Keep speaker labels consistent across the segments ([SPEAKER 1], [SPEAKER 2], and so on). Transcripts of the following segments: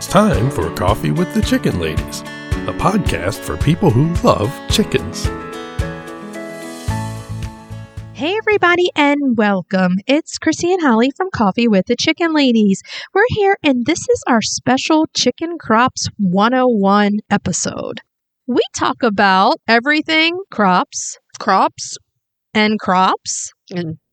[SPEAKER 1] time for Coffee with the Chicken Ladies, a podcast for people who love chickens.
[SPEAKER 2] Hey, everybody, and welcome. It's Chrissy and Holly from Coffee with the Chicken Ladies. We're here, and this is our special Chicken Crops 101 episode. We talk about everything crops, crops, and crops,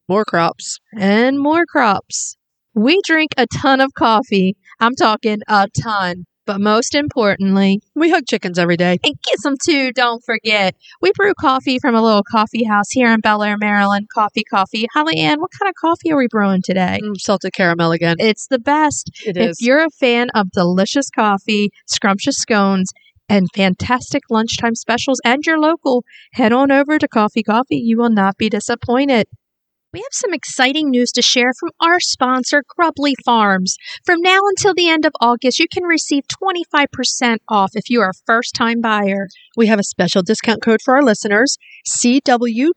[SPEAKER 3] More crops.
[SPEAKER 2] and more crops. We drink a ton of coffee. I'm talking a ton. But most importantly,
[SPEAKER 3] We hug chickens every day.
[SPEAKER 2] and get some too. Don't forget, we brew coffee from a little coffee house here in Bel Air, Maryland. Coffee, coffee. Holly Ann, what kind of coffee are we brewing today?
[SPEAKER 3] Mm, Salted caramel again.
[SPEAKER 2] It's the best.
[SPEAKER 3] It
[SPEAKER 2] if
[SPEAKER 3] is.
[SPEAKER 2] you're a fan of delicious coffee, scrumptious scones, and fantastic lunchtime specials, and you're local, head on over to Coffee Coffee. You will not be disappointed. We have some exciting news to share from our sponsor, Grubly Farms. From now until the end of August, you can receive 25% off if you are a first time buyer.
[SPEAKER 3] we have a special discount code for our listeners,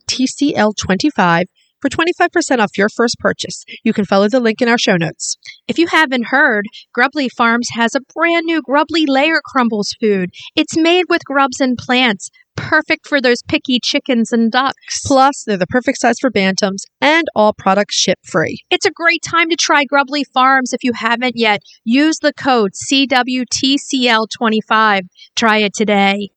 [SPEAKER 3] CWTCL25, for 25% off your first purchase. You can follow the link in our show notes.
[SPEAKER 2] If you haven't heard, Grubly Farms has a brand new Grubly Layer Crumbles food. It's made with grubs and plants, perfect for those picky chickens and ducks.
[SPEAKER 3] Plus, they're the perfect size for bantams and all products ship free.
[SPEAKER 2] It's a great time to try Grubly Farms if you haven't yet. Use the code CWTCL25. Try it today.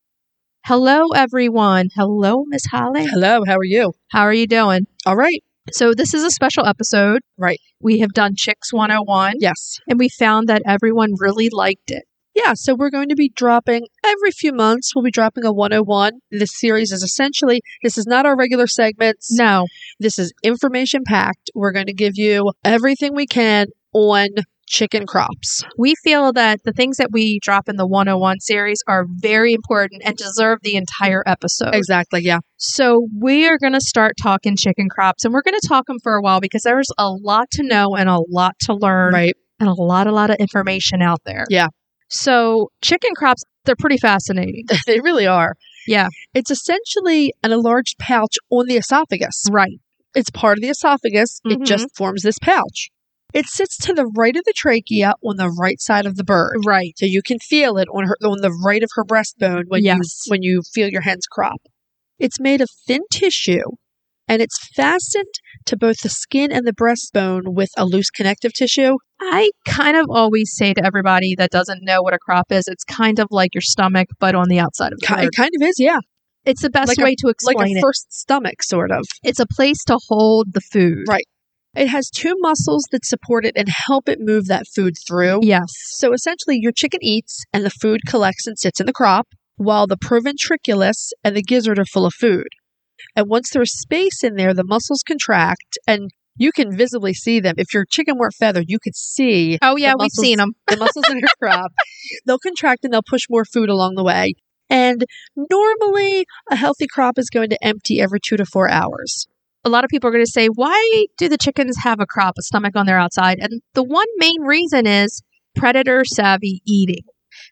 [SPEAKER 2] Hello, everyone. Hello, Miss Holly.
[SPEAKER 3] Hello, how are you?
[SPEAKER 2] How are you doing?
[SPEAKER 3] All right.
[SPEAKER 2] So, this is a special episode.
[SPEAKER 3] Right.
[SPEAKER 2] We have done Chicks 101,
[SPEAKER 3] Yes.
[SPEAKER 2] and we found that everyone really liked it.
[SPEAKER 3] Yeah, so we're going to be dropping every few months, we'll be dropping a 101. This series is essentially, this is not our regular segments.
[SPEAKER 2] No,
[SPEAKER 3] This is information packed. We're going to give you everything we can on chicken crops.
[SPEAKER 2] we feel that the things that we drop in the 101 series are very important and deserve the entire episode.
[SPEAKER 3] Exactly. Yeah.
[SPEAKER 2] So, we are going to start talking chicken crops and we're going to talk them for a while because there's a lot to know and a lot to learn
[SPEAKER 3] Right.
[SPEAKER 2] and a lot, a lot of information out there.
[SPEAKER 3] Yeah.
[SPEAKER 2] So, chicken crops, they're pretty fascinating.
[SPEAKER 3] they really are.
[SPEAKER 2] Yeah.
[SPEAKER 3] It's essentially an enlarged pouch on the esophagus.
[SPEAKER 2] right.
[SPEAKER 3] It's part of the esophagus.
[SPEAKER 2] Mhm.
[SPEAKER 3] It just forms this pouch. It sits to the right of the trachea on the right side of the bird.
[SPEAKER 2] Right.
[SPEAKER 3] So you can feel it on her on the right of her breastbone when you
[SPEAKER 2] Yes.
[SPEAKER 3] when you feel your hands crop. It's made of thin tissue and it's fastened to both the skin and the breastbone with a loose connective tissue.
[SPEAKER 2] I kind of always say to everybody that doesn't know what a crop is, it's kind of like your stomach, but on the outside of the
[SPEAKER 3] Ki-
[SPEAKER 2] bird.
[SPEAKER 3] It kind of is, yeah.
[SPEAKER 2] It's the best
[SPEAKER 3] like a-
[SPEAKER 2] way to explain
[SPEAKER 3] like a
[SPEAKER 2] it.
[SPEAKER 3] first stomach, sort of.
[SPEAKER 2] It's a place to hold the food.
[SPEAKER 3] Right. It has two muscles that support it and help it move that food through.
[SPEAKER 2] Yes.
[SPEAKER 3] So essentially, your chicken eats and the food collects and sits in the crop, while the proventriculus and the gizzard are full of food. And once there's space in there, the muscles contract and you can visibly see them. If your chicken weren't feathered, you could see
[SPEAKER 2] Oh yeah, we've
[SPEAKER 3] muscles-
[SPEAKER 2] seen them.
[SPEAKER 3] the muscles in her crop. They'll contract and they'll push more food along the way. And normally, a healthy crop is going to empty every two to four hours.
[SPEAKER 2] A lot of people are going to say, "Why do the chickens have a crop, a stomach on their outside?" And the one main reason is predator savvy eating.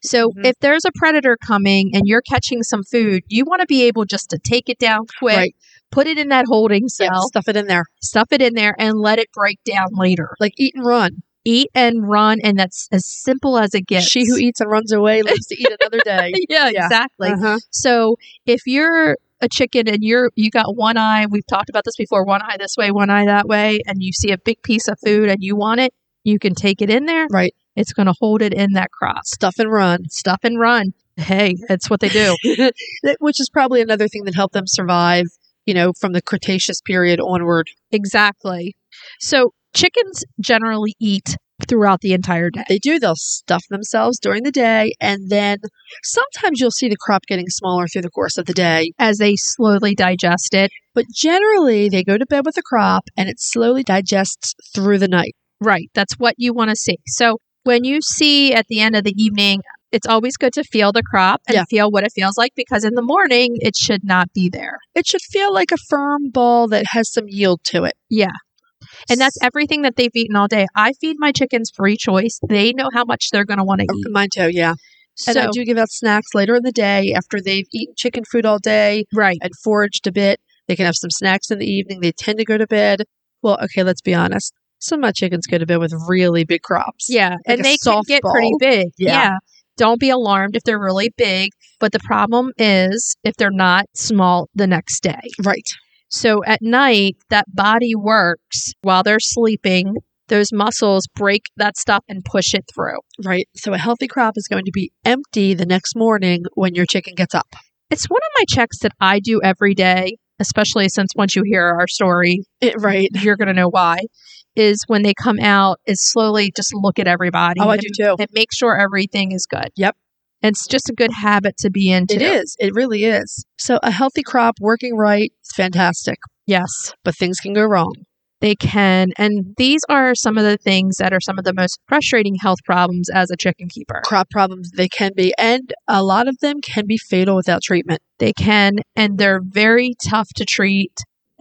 [SPEAKER 2] So
[SPEAKER 3] Mhm.
[SPEAKER 2] if there's a predator coming and you're catching some food, you want to be able just to take it down quick,
[SPEAKER 3] Right.
[SPEAKER 2] put it in that holding
[SPEAKER 3] Yeah,
[SPEAKER 2] cell,
[SPEAKER 3] stuff it in there.
[SPEAKER 2] stuff it in there, and let it break down later.
[SPEAKER 3] Like eat and run.
[SPEAKER 2] Eat and run, and that's as simple as it gets.
[SPEAKER 3] She who eats and runs away lives to eat another day.
[SPEAKER 2] yeah,
[SPEAKER 3] Yeah.
[SPEAKER 2] exactly.
[SPEAKER 3] Uh-huh.
[SPEAKER 2] So if you're a chicken and you're you got one eye, we've talked about this before, one eye this way, one eye that way, and you see a big piece of food and you want it, you can take it in there.
[SPEAKER 3] Right.
[SPEAKER 2] It's going to hold it in that crop.
[SPEAKER 3] Stuff and run.
[SPEAKER 2] Stuff and run. Hey, that's what they do.
[SPEAKER 3] That- Which is probably another thing that helped them survive, you know, from the Cretaceous period onward.
[SPEAKER 2] exactly. So chickens generally eat throughout the entire day.
[SPEAKER 3] They do, they'll stuff themselves during the day, and then sometimes you'll see the crop getting smaller through the course of the day.
[SPEAKER 2] As they slowly digest it.
[SPEAKER 3] But generally, they go to bed with a crop and it slowly digests through the night.
[SPEAKER 2] Right. That's what you want to see. So when you see at the end of the evening, it's always good to feel the crop and
[SPEAKER 3] Yeah.
[SPEAKER 2] feel what it feels like because in the morning it should not be there.
[SPEAKER 3] It should feel like a firm ball that has some yield to it.
[SPEAKER 2] Yeah. And that's everything that they've eaten all day. I feed my chickens free choice. They know how much they're going to want to eat.
[SPEAKER 3] mine too, yeah. And I
[SPEAKER 2] So-
[SPEAKER 3] do give out snacks later in the day after they've eaten chicken food all day.
[SPEAKER 2] right.
[SPEAKER 3] and foraged a bit. They can have some snacks in the evening. They tend to go to bed. Well, okay, let's be honest. Some of my chickens could have been with really big crops.
[SPEAKER 2] Yeah, and
[SPEAKER 3] a
[SPEAKER 2] they can get pretty
[SPEAKER 3] softball.
[SPEAKER 2] big.
[SPEAKER 3] Yeah.
[SPEAKER 2] Don't be alarmed if they're really big, but the problem is if they're not small the next day.
[SPEAKER 3] Right.
[SPEAKER 2] So at night, that body works while they're sleeping. Those muscles break that stuff and push it through.
[SPEAKER 3] Right. So a healthy crop is going to be empty the next morning when your chicken gets up.
[SPEAKER 2] It's one of my checks that I do every day, especially since once you hear our story,
[SPEAKER 3] It, right.
[SPEAKER 2] you're going to know why. Is when they come out, is slowly just look at everybody
[SPEAKER 3] Oh, I
[SPEAKER 2] and,
[SPEAKER 3] do too.
[SPEAKER 2] and make sure everything is good.
[SPEAKER 3] Yep.
[SPEAKER 2] And it's just a good habit to be into.
[SPEAKER 3] It is. It really is. So a healthy crop working right is fantastic,
[SPEAKER 2] Yes.
[SPEAKER 3] but things can go wrong.
[SPEAKER 2] They can. And these are some of the things that are some of the most frustrating health problems as a chicken keeper.
[SPEAKER 3] Crop problems, they can be, and a lot of them can be fatal without treatment.
[SPEAKER 2] They can, and they're very tough to treat.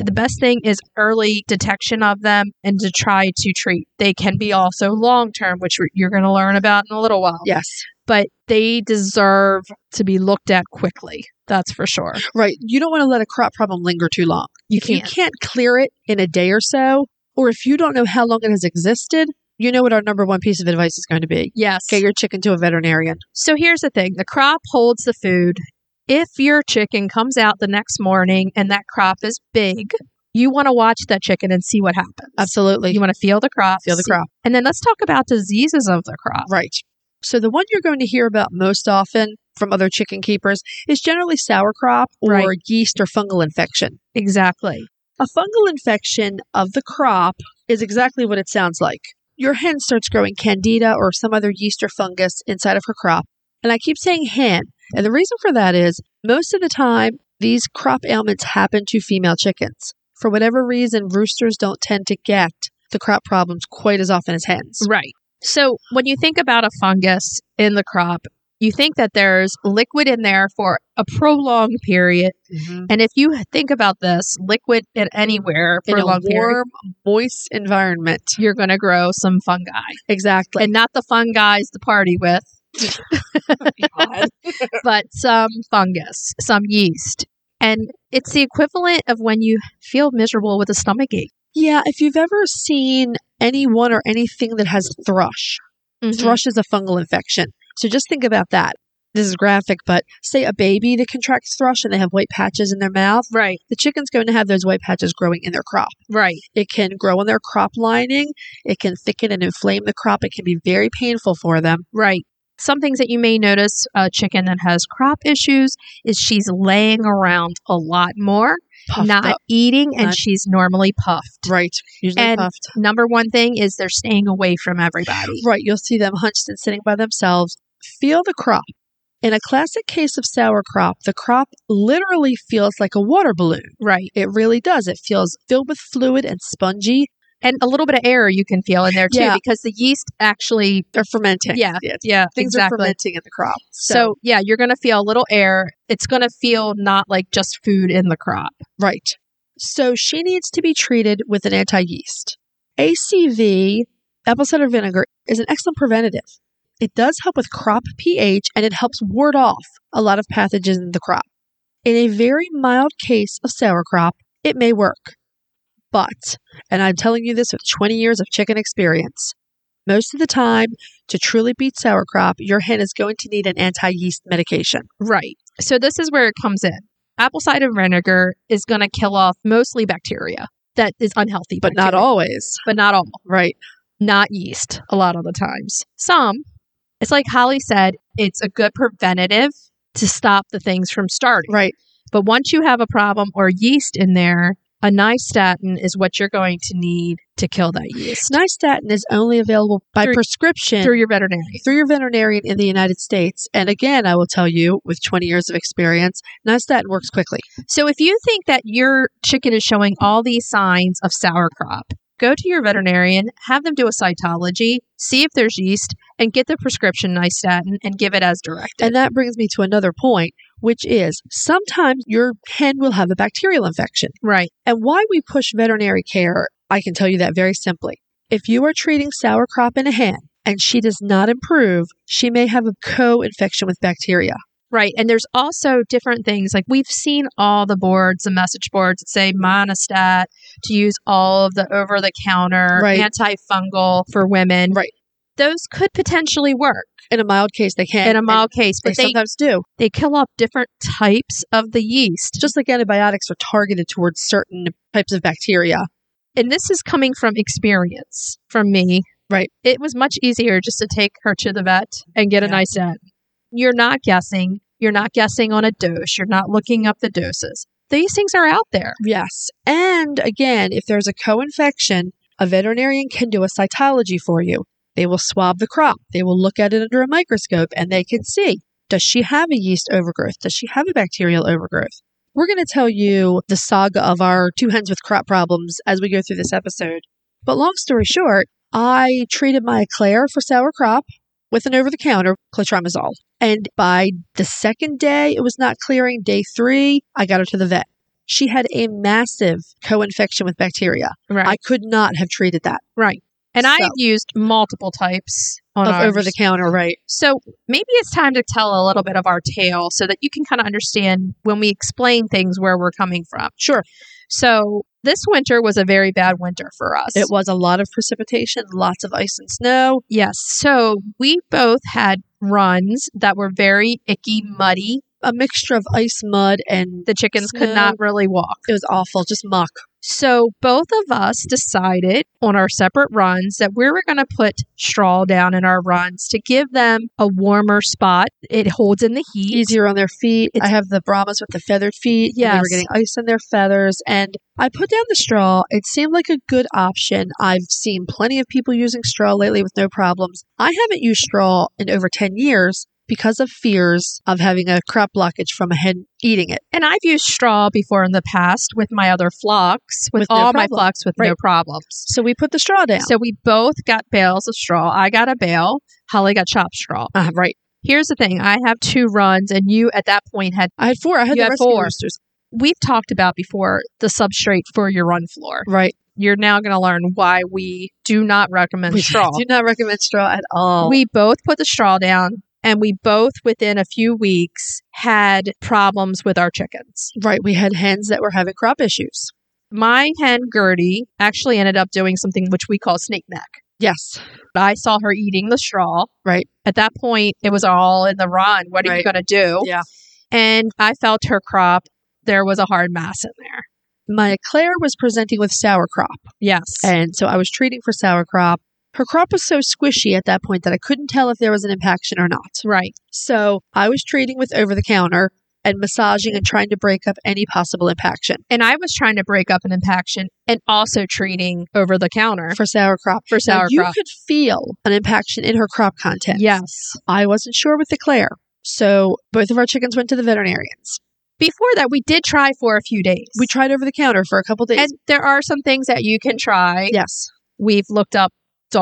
[SPEAKER 2] The best thing is early detection of them and to try to treat. They can be also long term, which you're going to learn about in a little while.
[SPEAKER 3] Yes.
[SPEAKER 2] But they deserve to be looked at quickly. That's for sure.
[SPEAKER 3] Right. You don't want to let a crop problem linger too long.
[SPEAKER 2] You
[SPEAKER 3] If you can't clear it in a day or so, or if you don't know how long it has existed, you know what our number one piece of advice is going to be.
[SPEAKER 2] Yes.
[SPEAKER 3] Get your chicken to a veterinarian.
[SPEAKER 2] So here's the thing the crop holds the food. If your chicken comes out the next morning and that crop is big, you want to watch that chicken and see what happens.
[SPEAKER 3] Absolutely.
[SPEAKER 2] You want to feel the crop.
[SPEAKER 3] Feel the
[SPEAKER 2] see-
[SPEAKER 3] crop.
[SPEAKER 2] And then let's talk about diseases of the crop.
[SPEAKER 3] Right. So the one you're going to hear about most often from other chicken keepers is generally sour crop or
[SPEAKER 2] Right.
[SPEAKER 3] yeast or fungal infection.
[SPEAKER 2] Exactly.
[SPEAKER 3] A fungal infection of the crop is exactly what it sounds like. Your hen starts growing candida or some other yeast or fungus inside of her crop. And I keep saying hen. And the reason for that is most of the time, these crop ailments happen to female chickens. For whatever reason, roosters don't tend to get the crop problems quite as often as hens.
[SPEAKER 2] Right. So when you think about a fungus in the crop, you think that there's liquid in there for a prolonged period. And if you think about this, liquid in anywhere for a
[SPEAKER 3] In a warm,
[SPEAKER 2] long period,
[SPEAKER 3] moist environment.
[SPEAKER 2] you're going to grow some fungi.
[SPEAKER 3] Exactly.
[SPEAKER 2] and not the fungi's to party with. but some fungus, some yeast. And it's the equivalent of when you feel miserable with a stomach ache.
[SPEAKER 3] yeah, if you've ever seen anyone or anything that has thrush,
[SPEAKER 2] Mm-hmm.
[SPEAKER 3] thrush is a fungal infection. So just think about that. This is graphic, but say a baby that contracts thrush and they have white patches in their mouth,
[SPEAKER 2] Right,
[SPEAKER 3] the chicken's going to have those white patches growing in their crop.
[SPEAKER 2] right.
[SPEAKER 3] It can grow on their crop lining, it can thicken and inflame the crop, it can be very painful for them.
[SPEAKER 2] Right. Some things that you may notice a chicken that has crop issues is she's laying around a lot more,
[SPEAKER 3] Puffed
[SPEAKER 2] not
[SPEAKER 3] up.
[SPEAKER 2] eating, and
[SPEAKER 3] Not-
[SPEAKER 2] she's normally puffed.
[SPEAKER 3] Right. Usually
[SPEAKER 2] And-
[SPEAKER 3] puffed.
[SPEAKER 2] Number one thing is they're staying away from everybody.
[SPEAKER 3] Right, you'll see them hunched and sitting by themselves. Feel the crop. In a classic case of sour crop, the crop literally feels like a water balloon.
[SPEAKER 2] Right.
[SPEAKER 3] It really does. It feels filled with fluid and spongy.
[SPEAKER 2] And a little bit of air you can feel in there too
[SPEAKER 3] Yeah.
[SPEAKER 2] because the yeast actually
[SPEAKER 3] They're fermenting.
[SPEAKER 2] Yeah,
[SPEAKER 3] It's-
[SPEAKER 2] yeah,
[SPEAKER 3] Things are
[SPEAKER 2] exactly.
[SPEAKER 3] fermenting in the crop.
[SPEAKER 2] So, yeah, you're going to feel a little air. It's going to feel not like just food in the crop.
[SPEAKER 3] right. So she needs to be treated with an anti yeast. ACV, apple cider vinegar, is an excellent preventative. It does help with crop pH and it helps ward off a lot of pathogens in the crop. In a very mild case of sour crop, it may work. But, and I'm telling you this with 20 years of chicken experience, most of the time, to truly beat sour crop, your hen is going to need an anti yeast medication.
[SPEAKER 2] Right. So this is where it comes in. Apple cider vinegar is going to kill off mostly bacteria that is unhealthy,
[SPEAKER 3] But not
[SPEAKER 2] bacteria.
[SPEAKER 3] always,
[SPEAKER 2] But not all.
[SPEAKER 3] right?
[SPEAKER 2] Not yeast a lot of the times. Some, it's like Holly said, it's a good preventative to stop the things from starting.
[SPEAKER 3] Right.
[SPEAKER 2] But once you have a problem or yeast in there, a nystatin is what you're going to need to kill that yeast
[SPEAKER 3] Nystatin is only available by
[SPEAKER 2] Through-
[SPEAKER 3] prescription
[SPEAKER 2] through your veterinarian.
[SPEAKER 3] through your veterinarian in the United States. And again, I will tell you, with 20 years of experience, Nystatin works quickly.
[SPEAKER 2] So if you think that your chicken is showing all these signs of sauerkraut, go to your veterinarian, have them do a cytology, see if there's yeast, and get the prescription nystatin and give it as directed.
[SPEAKER 3] And that brings me to another point, which is sometimes your hen will have a bacterial infection.
[SPEAKER 2] right.
[SPEAKER 3] And why we push veterinary care, I can tell you that very simply. If you are treating sauerkraut in a hen and she does not improve, she may have a co infection with bacteria.
[SPEAKER 2] Right. And there's also different things. Like we've seen all the boards, the message boards that say monostat to use all of the over the counter
[SPEAKER 3] Right.
[SPEAKER 2] antifungal for women.
[SPEAKER 3] Right.
[SPEAKER 2] Those could potentially work
[SPEAKER 3] In a mild case, they can.
[SPEAKER 2] in a
[SPEAKER 3] and
[SPEAKER 2] mild case,
[SPEAKER 3] they,
[SPEAKER 2] but they,
[SPEAKER 3] sometimes do.
[SPEAKER 2] they kill off different types of the yeast.
[SPEAKER 3] Just like antibiotics are targeted towards certain types of bacteria.
[SPEAKER 2] And this is coming from experience from me.
[SPEAKER 3] Right.
[SPEAKER 2] It was much easier just to take her to the vet and get a
[SPEAKER 3] Yeah.
[SPEAKER 2] nice set. You're not guessing. You're not guessing on a dose. You're not looking up the doses. These things are out there.
[SPEAKER 3] Yes. And again, if there's a co infection, a veterinarian can do a cytology for you. They will swab the crop, they will look at it under a microscope, and they can see does she have a yeast overgrowth? Does she have a bacterial overgrowth? We're going to tell you the saga of our two hens with crop problems as we go through this episode. But long story short, I treated my Eclair for sour crop with an over the counter clotrimazole. And by the second day, it was not clearing. Day three, I got her to the vet. She had a massive co infection with bacteria.
[SPEAKER 2] Right.
[SPEAKER 3] I could not have treated that
[SPEAKER 2] right. And I
[SPEAKER 3] So-
[SPEAKER 2] have used multiple types on
[SPEAKER 3] of
[SPEAKER 2] ours.
[SPEAKER 3] over the counter, right?
[SPEAKER 2] So maybe it's time to tell a little bit of our tale so that you can kind of understand when we explain things where we're coming from.
[SPEAKER 3] Sure.
[SPEAKER 2] So this winter was a very bad winter for us.
[SPEAKER 3] It was a lot of precipitation, lots of ice and snow.
[SPEAKER 2] Yes. So we both had runs that were very icky, muddy.
[SPEAKER 3] a mixture of ice mud and
[SPEAKER 2] The chickens could
[SPEAKER 3] Snow.
[SPEAKER 2] not really walk.
[SPEAKER 3] it was awful just muck
[SPEAKER 2] So both of us decided on our separate runs that we were going to put straw down in our runs to give them a warmer spot. It holds in the heat.
[SPEAKER 3] easier on their feet i
[SPEAKER 2] It's-
[SPEAKER 3] have the brahmas with the feathered feet and they
[SPEAKER 2] Yes.
[SPEAKER 3] were getting ice in their feathers and i put down the straw it seemed like a good option i've seen plenty of people using straw lately with no problems i haven't used straw in over 10 years because of fears of having a crop blockage from a hen eating it
[SPEAKER 2] And I've used straw before in the past with my other flocks, with,
[SPEAKER 3] With no
[SPEAKER 2] all my
[SPEAKER 3] problem.
[SPEAKER 2] flocks with no
[SPEAKER 3] Right.
[SPEAKER 2] problems.
[SPEAKER 3] so we put the straw down
[SPEAKER 2] So we both got bales of straw. I got a bale. Holly got chopped straw.
[SPEAKER 3] uh, right
[SPEAKER 2] Here's the thing. I have two runs and you at that point had
[SPEAKER 3] i had four i had
[SPEAKER 2] You
[SPEAKER 3] the
[SPEAKER 2] had
[SPEAKER 3] rescue
[SPEAKER 2] four.
[SPEAKER 3] roosters
[SPEAKER 2] we've talked about before the substrate for your run floor.
[SPEAKER 3] right
[SPEAKER 2] You're now going to learn why we do not recommend
[SPEAKER 3] we
[SPEAKER 2] straw.
[SPEAKER 3] do not recommend straw at all
[SPEAKER 2] We both put the straw down and we both within a few weeks had problems with our chickens.
[SPEAKER 3] right we had hens that were having crop issues
[SPEAKER 2] My hen Gertie actually ended up doing something which we call snake neck.
[SPEAKER 3] Yes.
[SPEAKER 2] I saw her eating the straw.
[SPEAKER 3] Right.
[SPEAKER 2] At that point, it was all in the run. What are you
[SPEAKER 3] Right.
[SPEAKER 2] going to do?
[SPEAKER 3] Yeah.
[SPEAKER 2] And I felt her crop. There was a hard mass in there.
[SPEAKER 3] My Claire was presenting with sauerkraut.
[SPEAKER 2] Yes.
[SPEAKER 3] And so I was treating for sauerkraut. Her crop was so squishy at that point that I couldn't tell if there was an impaction or not.
[SPEAKER 2] right.
[SPEAKER 3] So I was treating with over the counter and massaging and trying to break up any possible impaction
[SPEAKER 2] And I was trying to break up an impaction and also treating over the counter
[SPEAKER 3] for sauerkraut.
[SPEAKER 2] for
[SPEAKER 3] Now, you
[SPEAKER 2] sauerkraut.
[SPEAKER 3] could feel an impaction in her crop content.
[SPEAKER 2] Yes.
[SPEAKER 3] I wasn't sure with the Claire. So both of our chickens went to the veterinarians.
[SPEAKER 2] Before that, we did try for a few days.
[SPEAKER 3] We tried over the counter for a couple days.
[SPEAKER 2] And there are some things that you can try.
[SPEAKER 3] yes.
[SPEAKER 2] We've looked up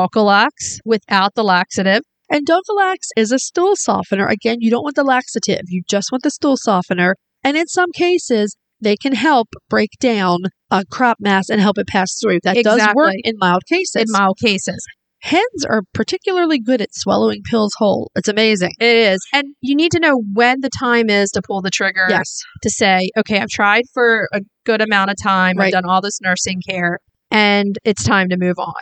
[SPEAKER 2] Dulcolax without the laxative.
[SPEAKER 3] And Dulcolax is a stool softener. Again, you don't want the laxative, you just want the stool softener. And in some cases, they can help break down a crop mass and help it pass through. That does work
[SPEAKER 2] Exactly.
[SPEAKER 3] in mild cases.
[SPEAKER 2] in mild cases.
[SPEAKER 3] Hens are particularly good at swallowing pills whole. It's amazing.
[SPEAKER 2] It is. And you need to know when the time is to pull the trigger
[SPEAKER 3] Yes.
[SPEAKER 2] to say, okay, I've tried for a good amount of time.
[SPEAKER 3] Right.
[SPEAKER 2] I've done all this nursing care and it's time to move on.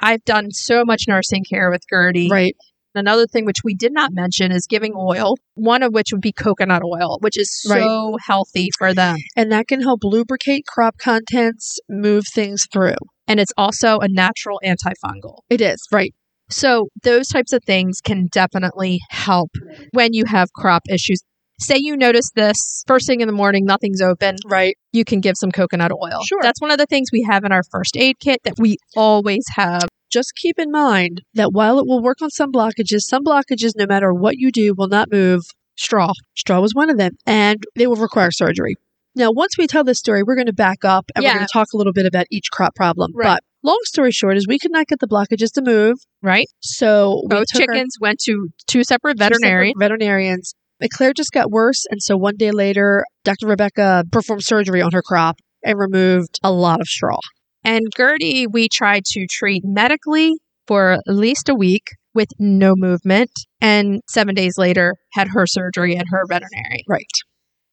[SPEAKER 2] I've done so much nursing care with Gertie.
[SPEAKER 3] Right.
[SPEAKER 2] Another thing which we did not mention is giving oil, one of which would be coconut oil, which is so healthy for them.
[SPEAKER 3] And that can help lubricate crop contents, move things through.
[SPEAKER 2] And it's also a natural antifungal.
[SPEAKER 3] It is. Right.
[SPEAKER 2] So, those types of things can definitely help when you have crop issues. Say you notice this first thing in the morning, nothing's open,
[SPEAKER 3] Right.
[SPEAKER 2] you can give some coconut oil.
[SPEAKER 3] Sure.
[SPEAKER 2] That's one of the things we have in our first aid kit that we always have.
[SPEAKER 3] Just keep in mind that while it will work on some blockages, some blockages, no matter what you do, will not move straw. Straw was one of them, and they will require surgery. Now, once we tell this story, we're going to back up and we're
[SPEAKER 2] Yeah.
[SPEAKER 3] going to talk a little bit about each crop problem.
[SPEAKER 2] Right.
[SPEAKER 3] But long story short is we could not get the blockages to move,
[SPEAKER 2] Right?
[SPEAKER 3] so we
[SPEAKER 2] Both
[SPEAKER 3] took our
[SPEAKER 2] chickens went to two separate
[SPEAKER 3] two separate
[SPEAKER 2] veterinarians.
[SPEAKER 3] veterinarians. But Claire just got worse, and so one day later, Dr. Rebecca performed surgery on her crop and removed a lot of straw.
[SPEAKER 2] And Gertie, we tried to treat medically for at least a week. with no movement, and seven days later had her surgery at her veterinary.
[SPEAKER 3] Right.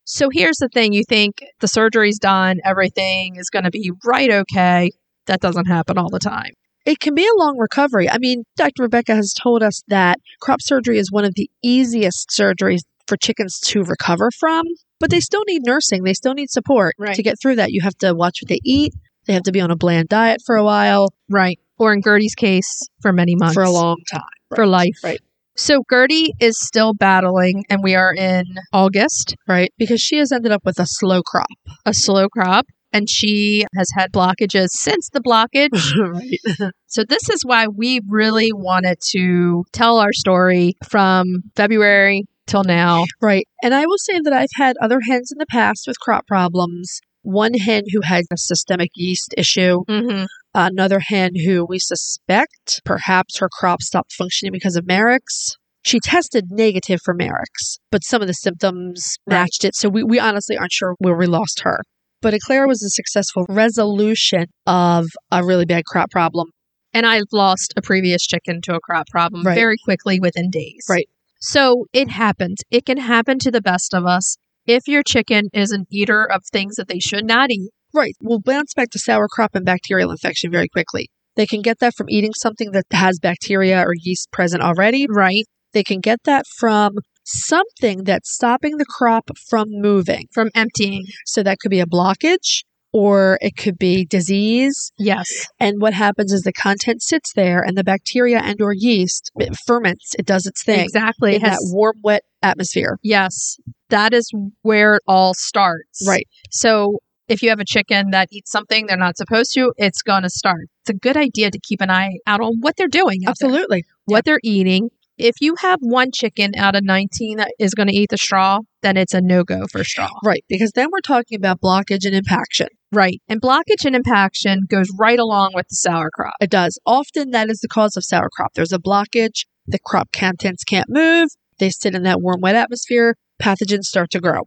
[SPEAKER 2] So here's the thing you think the surgery's done, everything is going to be right okay. That doesn't happen all the time.
[SPEAKER 3] It can be a long recovery. I mean, Dr. Rebecca has told us that crop surgery is one of the easiest surgeries for chickens to recover from, but they still need nursing. They still need support
[SPEAKER 2] Right.
[SPEAKER 3] to get through that. You have to watch what they eat. They have to be on a bland diet for a while,
[SPEAKER 2] Right. Or in Gertie's case, for many months.
[SPEAKER 3] for a long time,
[SPEAKER 2] For
[SPEAKER 3] Right.
[SPEAKER 2] life.
[SPEAKER 3] Right.
[SPEAKER 2] So Gertie is still battling, and we are in August,
[SPEAKER 3] right? Because she has ended up with a slow crop.
[SPEAKER 2] a slow crop, and she has had blockages since the blockage.
[SPEAKER 3] right.
[SPEAKER 2] So this is why we really wanted to tell our story from February till now.
[SPEAKER 3] Right. And I will say that I've had other hens in the past with crop problems. One hen who had a systemic yeast issue,
[SPEAKER 2] Mm-hmm.
[SPEAKER 3] another hen who we suspect perhaps her crop stopped functioning because of Merrick's. She tested negative for Merrick's, but some of the symptoms
[SPEAKER 2] Right.
[SPEAKER 3] matched it. So we, we honestly aren't sure where we lost her. But Eclair was a successful resolution of a really bad crop problem.
[SPEAKER 2] And I lost a previous chicken to a crop problem
[SPEAKER 3] Right.
[SPEAKER 2] very quickly within days.
[SPEAKER 3] Right.
[SPEAKER 2] So it happens. It can happen to the best of us. If your chicken is an eater of things that they should not eat,
[SPEAKER 3] Right. We'll bounce back to sour crop and bacterial infection very quickly. They can get that from eating something that has bacteria or yeast present already.
[SPEAKER 2] right,
[SPEAKER 3] They can get that from something that's stopping the crop from moving.
[SPEAKER 2] from emptying,
[SPEAKER 3] So that could be a blockage or it could be disease.
[SPEAKER 2] yes,
[SPEAKER 3] And what happens is the content sits there and the bacteria and or yeast it ferments. It does its thing
[SPEAKER 2] exactly.
[SPEAKER 3] in
[SPEAKER 2] It has-
[SPEAKER 3] that warm, wet atmosphere.
[SPEAKER 2] yes, that is where it all starts.
[SPEAKER 3] Right.
[SPEAKER 2] So if you have a chicken that eats something they're not supposed to, it's going to start. It's a good idea to keep an eye out on what they're doing, out there,
[SPEAKER 3] Absolutely.
[SPEAKER 2] what they're eating. If you have one chicken out of 19 that is going to eat the straw, then it's a no go for straw.
[SPEAKER 3] Right. Because then we're talking about blockage and impaction.
[SPEAKER 2] Right. And blockage and impaction goes right along with the sour crop.
[SPEAKER 3] It does. Often that is the cause of sauerkraut. There's a blockage, the crop contents can't move, they sit in that warm, wet atmosphere, pathogens start to grow.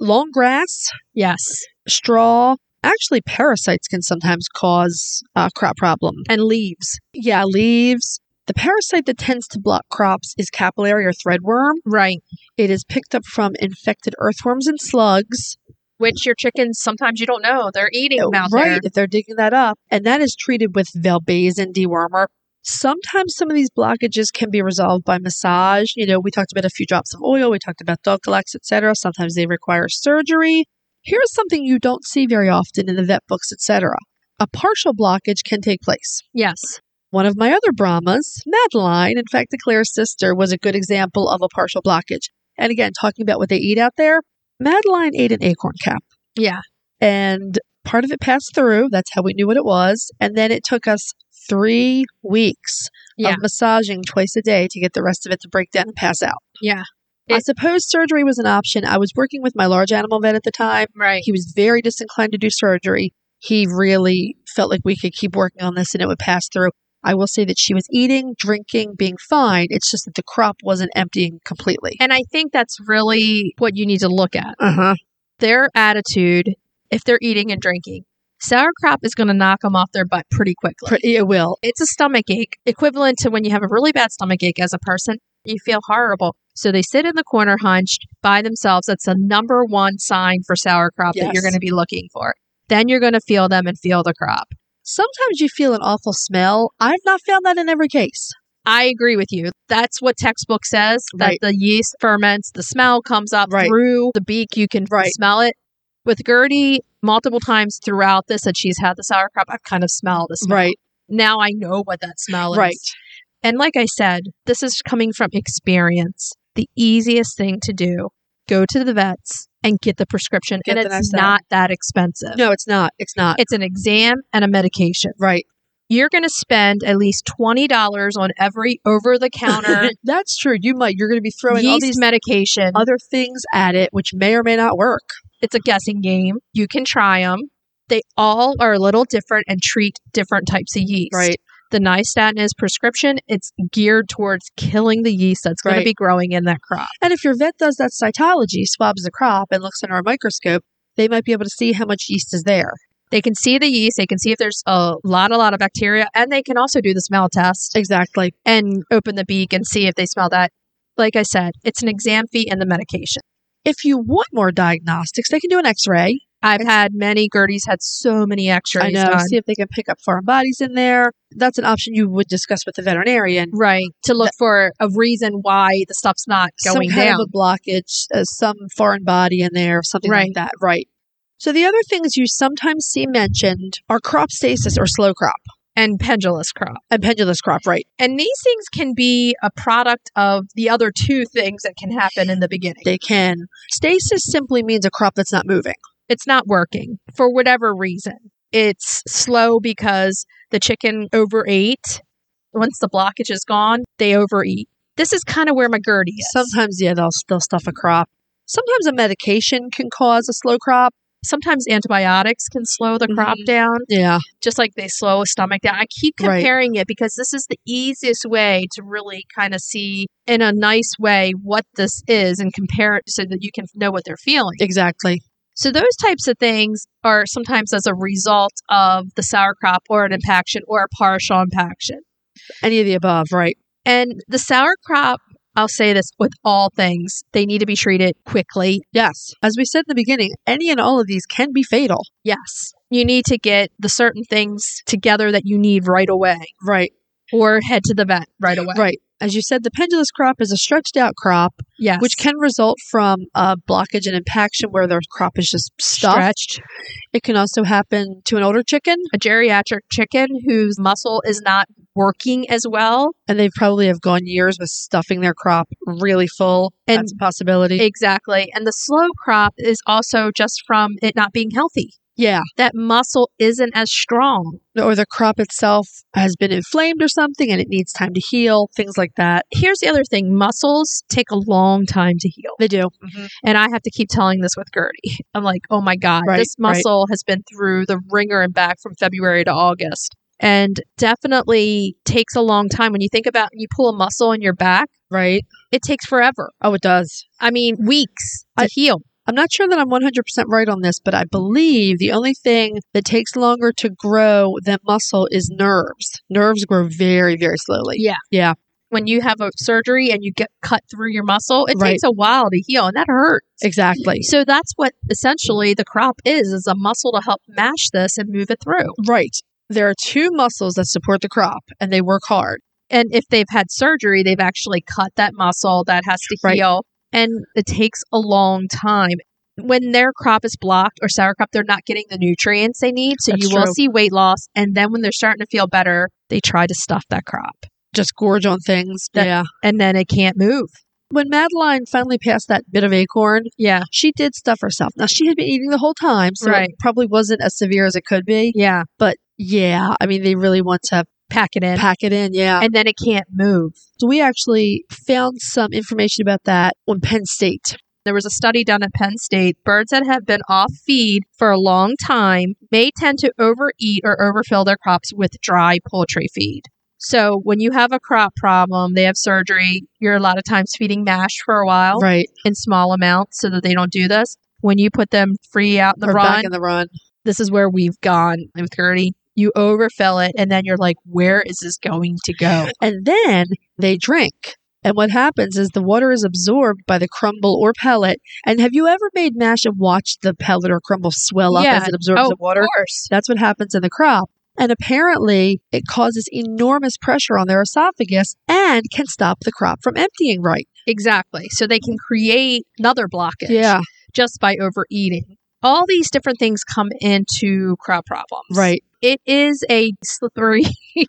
[SPEAKER 3] Long grass,
[SPEAKER 2] Yes.
[SPEAKER 3] straw, actually, parasites can sometimes cause a crop problem.
[SPEAKER 2] And leaves.
[SPEAKER 3] Yeah, leaves. The parasite that tends to block crops is capillary or threadworm.
[SPEAKER 2] Right.
[SPEAKER 3] It is picked up from infected earthworms and slugs.
[SPEAKER 2] Which your chickens sometimes you don't know they're eating out
[SPEAKER 3] right,
[SPEAKER 2] there.
[SPEAKER 3] if they're digging that up. And that is treated with Valbazin dewormer. Sometimes some of these blockages can be resolved by massage. You know, we talked about a few drops of oil, we talked about Dulcolax, etc. Sometimes they require surgery. Here's something you don't see very often in the vet books, etc. A partial blockage can take place.
[SPEAKER 2] Yes.
[SPEAKER 3] One of my other Brahmas, Madeline, in fact, the Claire's sister, was a good example of a partial blockage. And again, talking about what they eat out there, Madeline ate an acorn cap.
[SPEAKER 2] Yeah.
[SPEAKER 3] And part of it passed through. That's how we knew what it was. And then it took us three weeks
[SPEAKER 2] Yeah.
[SPEAKER 3] of massaging twice a day to get the rest of it to break down and pass out.
[SPEAKER 2] Yeah.
[SPEAKER 3] I
[SPEAKER 2] It-
[SPEAKER 3] suppose surgery was an option. I was working with my large animal vet at the time.
[SPEAKER 2] Right.
[SPEAKER 3] He was very disinclined to do surgery. He really felt like we could keep working on this and it would pass through. I will say that she was eating, drinking, being fine. It's just that the crop wasn't emptying completely.
[SPEAKER 2] And I think that's really what you need to look at.
[SPEAKER 3] Uh huh.
[SPEAKER 2] their attitude if they're eating and drinking. Sauerkraut is going to knock them off their butt pretty quickly.
[SPEAKER 3] It will.
[SPEAKER 2] It's a stomach ache, equivalent to when you have a really bad stomach ache as a person, you feel horrible. So they sit in the corner hunched by themselves. That's the number one sign for sauerkraut that you're
[SPEAKER 3] Yes.
[SPEAKER 2] going to be looking for. Then you're going to feel them and feel the crop.
[SPEAKER 3] Sometimes you feel an awful smell. I've not found that in every case.
[SPEAKER 2] I agree with you. That's what textbook says that
[SPEAKER 3] Right.
[SPEAKER 2] the yeast ferments, the smell comes up
[SPEAKER 3] Right.
[SPEAKER 2] through the beak. You can
[SPEAKER 3] Right.
[SPEAKER 2] smell it. With Gertie, multiple times throughout this that she's had the sour crop, I've kind of smelled the smell.
[SPEAKER 3] Right.
[SPEAKER 2] Now I know what that smell is.
[SPEAKER 3] Right.
[SPEAKER 2] And like I said, this is coming from experience. The easiest thing to do, go to the vets and get the prescription.
[SPEAKER 3] Get
[SPEAKER 2] and
[SPEAKER 3] the
[SPEAKER 2] it's
[SPEAKER 3] NSAID.
[SPEAKER 2] not that expensive.
[SPEAKER 3] No, it's not. It's not.
[SPEAKER 2] It's an exam and a medication.
[SPEAKER 3] right.
[SPEAKER 2] You're going to spend at least $20 on every over the counter
[SPEAKER 3] That's true. You might. You're going to be throwing all
[SPEAKER 2] yeast
[SPEAKER 3] these
[SPEAKER 2] medication.
[SPEAKER 3] other things at it, which may or may not work.
[SPEAKER 2] It's a guessing game. You can try them. They all are a little different and treat different types of yeast. The nystatin is prescription. It's geared towards killing the yeast that's going
[SPEAKER 3] Right.
[SPEAKER 2] to be growing in that crop.
[SPEAKER 3] And if your vet does that cytology, swabs the crop, and looks under a microscope, they might be able to see how much yeast is there.
[SPEAKER 2] They can see the yeast. They can see if there's a lot, a lot of bacteria, and they can also do the smell test
[SPEAKER 3] Exactly.
[SPEAKER 2] and open the beak and see if they smell that. Like I said, it's an exam fee and the medication.
[SPEAKER 3] If you want more diagnostics, they can do an x ray.
[SPEAKER 2] I've had many Gertie's had so many
[SPEAKER 3] I
[SPEAKER 2] X-rays
[SPEAKER 3] know.
[SPEAKER 2] done.
[SPEAKER 3] See if they can pick up foreign bodies in there. That's an option you would discuss with the veterinarian.
[SPEAKER 2] Right. To look for a reason why the stuff's not going
[SPEAKER 3] some kind
[SPEAKER 2] down.
[SPEAKER 3] of a blockage, uh, some foreign body in there, something
[SPEAKER 2] Right.
[SPEAKER 3] like that. Right. So the other things you sometimes see mentioned are crop stasis or slow crop
[SPEAKER 2] and pendulous crop.
[SPEAKER 3] and pendulous crop. Right.
[SPEAKER 2] And these things can be a product of the other two things that can happen in the beginning.
[SPEAKER 3] They can. Stasis simply means a crop that's not moving.
[SPEAKER 2] It's not working for whatever reason. It's slow because the chicken overate. Once the blockage is gone, they overeat. This is kind of where my Gertie is.
[SPEAKER 3] Sometimes, yeah, they'll they'll stuff a crop. Sometimes a medication can cause a slow crop.
[SPEAKER 2] Sometimes antibiotics can slow the crop
[SPEAKER 3] Mhm.
[SPEAKER 2] down,
[SPEAKER 3] Yeah.
[SPEAKER 2] just like they slow a stomach down. I keep
[SPEAKER 3] Right.
[SPEAKER 2] comparing it because this is the easiest way to really kind of see in a nice way what this is and compare it so that you can know what they're feeling.
[SPEAKER 3] Exactly.
[SPEAKER 2] So those types of things are sometimes as a result of the sour crop or an impaction or a partial impaction.
[SPEAKER 3] Any of the above. Right.
[SPEAKER 2] And the sour crop, I'll say this with all things, they need to be treated quickly.
[SPEAKER 3] Yes. As we said in the beginning, any and all of these can be fatal.
[SPEAKER 2] Yes. You need to get the certain things together that you need right away
[SPEAKER 3] Right.
[SPEAKER 2] or head to the vet right away.
[SPEAKER 3] Right. As you said, the pendulous crop is a stretched out crop
[SPEAKER 2] Yes.
[SPEAKER 3] which can result from a blockage and impaction where their crop is just stuffed.
[SPEAKER 2] stretched
[SPEAKER 3] It can also happen to an older chicken,
[SPEAKER 2] a geriatric chicken whose muscle is not working as well.
[SPEAKER 3] and they probably have gone years with stuffing their crop really full.
[SPEAKER 2] And-
[SPEAKER 3] That's a possibility.
[SPEAKER 2] Exactly. And the slow crop is also just from it not being healthy.
[SPEAKER 3] yeah,
[SPEAKER 2] That muscle isn't as strong.
[SPEAKER 3] or the crop itself has been inflamed or something, and it needs time to heal. Things like that.
[SPEAKER 2] here's the other thing muscles take a long time to heal
[SPEAKER 3] They do.
[SPEAKER 2] and i have to keep telling this with gertie i'm like oh my god
[SPEAKER 3] Right,
[SPEAKER 2] this
[SPEAKER 3] right.
[SPEAKER 2] muscle has been through the ringer and back from february to august and definitely takes a long time when you think about you pull a muscle in your back
[SPEAKER 3] Right.
[SPEAKER 2] it takes forever
[SPEAKER 3] Oh, it does.
[SPEAKER 2] i mean weeks to
[SPEAKER 3] I-
[SPEAKER 2] heal
[SPEAKER 3] I'm not sure that I'm 100% right on this, but I believe the only thing that takes longer to grow than muscle is nerves. Nerves grow very, very slowly.
[SPEAKER 2] Yeah.
[SPEAKER 3] Yeah.
[SPEAKER 2] when you have a surgery and you get cut through your muscle it
[SPEAKER 3] Right.
[SPEAKER 2] takes a while to heal and that hurts
[SPEAKER 3] Exactly.
[SPEAKER 2] so that's what essentially the crop is is a muscle to help mash this and move it through
[SPEAKER 3] Right. There are two muscles that support the crop and they work hard.
[SPEAKER 2] and if they've had surgery, they've actually cut that muscle that has to
[SPEAKER 3] Right.
[SPEAKER 2] heal, and it takes a long time. When their crop is blocked or sour crop, they're not getting the nutrients they need, so
[SPEAKER 3] That's
[SPEAKER 2] you will
[SPEAKER 3] true.
[SPEAKER 2] see weight loss. And then when they're starting to feel better, they try to stuff that crop,
[SPEAKER 3] Just gorge on things.
[SPEAKER 2] That-
[SPEAKER 3] yeah.
[SPEAKER 2] and then it can't move.
[SPEAKER 3] When Madeline finally passed that bit of acorn,
[SPEAKER 2] Yeah,
[SPEAKER 3] she did stuff herself. Now she had been eating the whole time, so
[SPEAKER 2] Right.
[SPEAKER 3] it probably wasn't as severe as it could be.
[SPEAKER 2] yeah,
[SPEAKER 3] But yeah, I mean they really want to
[SPEAKER 2] pack it in,
[SPEAKER 3] pack it in, yeah.
[SPEAKER 2] and then it can't move.
[SPEAKER 3] So we actually found some information about that on Penn State.
[SPEAKER 2] There was a study done at Penn State. Birds that have been off feed for a long time may tend to overeat or overfill their crops with dry poultry feed. So, when you have a crop problem, they have surgery, you're a lot of times feeding mash for a while
[SPEAKER 3] Right.
[SPEAKER 2] in small amounts so that they don't do this. When you put them free out in the
[SPEAKER 3] or
[SPEAKER 2] run,
[SPEAKER 3] back in the run.
[SPEAKER 2] this is where we've gone with Gertie. You overfill it, and then you're like, where is this going to go?
[SPEAKER 3] And then they drink. And what happens is the water is absorbed by the crumble or pellet. And have you ever made mash and watched the pellet or crumble swell up
[SPEAKER 2] Yeah. Oh.
[SPEAKER 3] as it absorbs the water?
[SPEAKER 2] of course.
[SPEAKER 3] That's what happens in the crop. And apparently, it causes enormous pressure on their esophagus and can stop the crop from emptying right.
[SPEAKER 2] Exactly. So, they can create another blockage. just by overeating. All these different things come into crop problems.
[SPEAKER 3] Right.
[SPEAKER 2] It is a slippery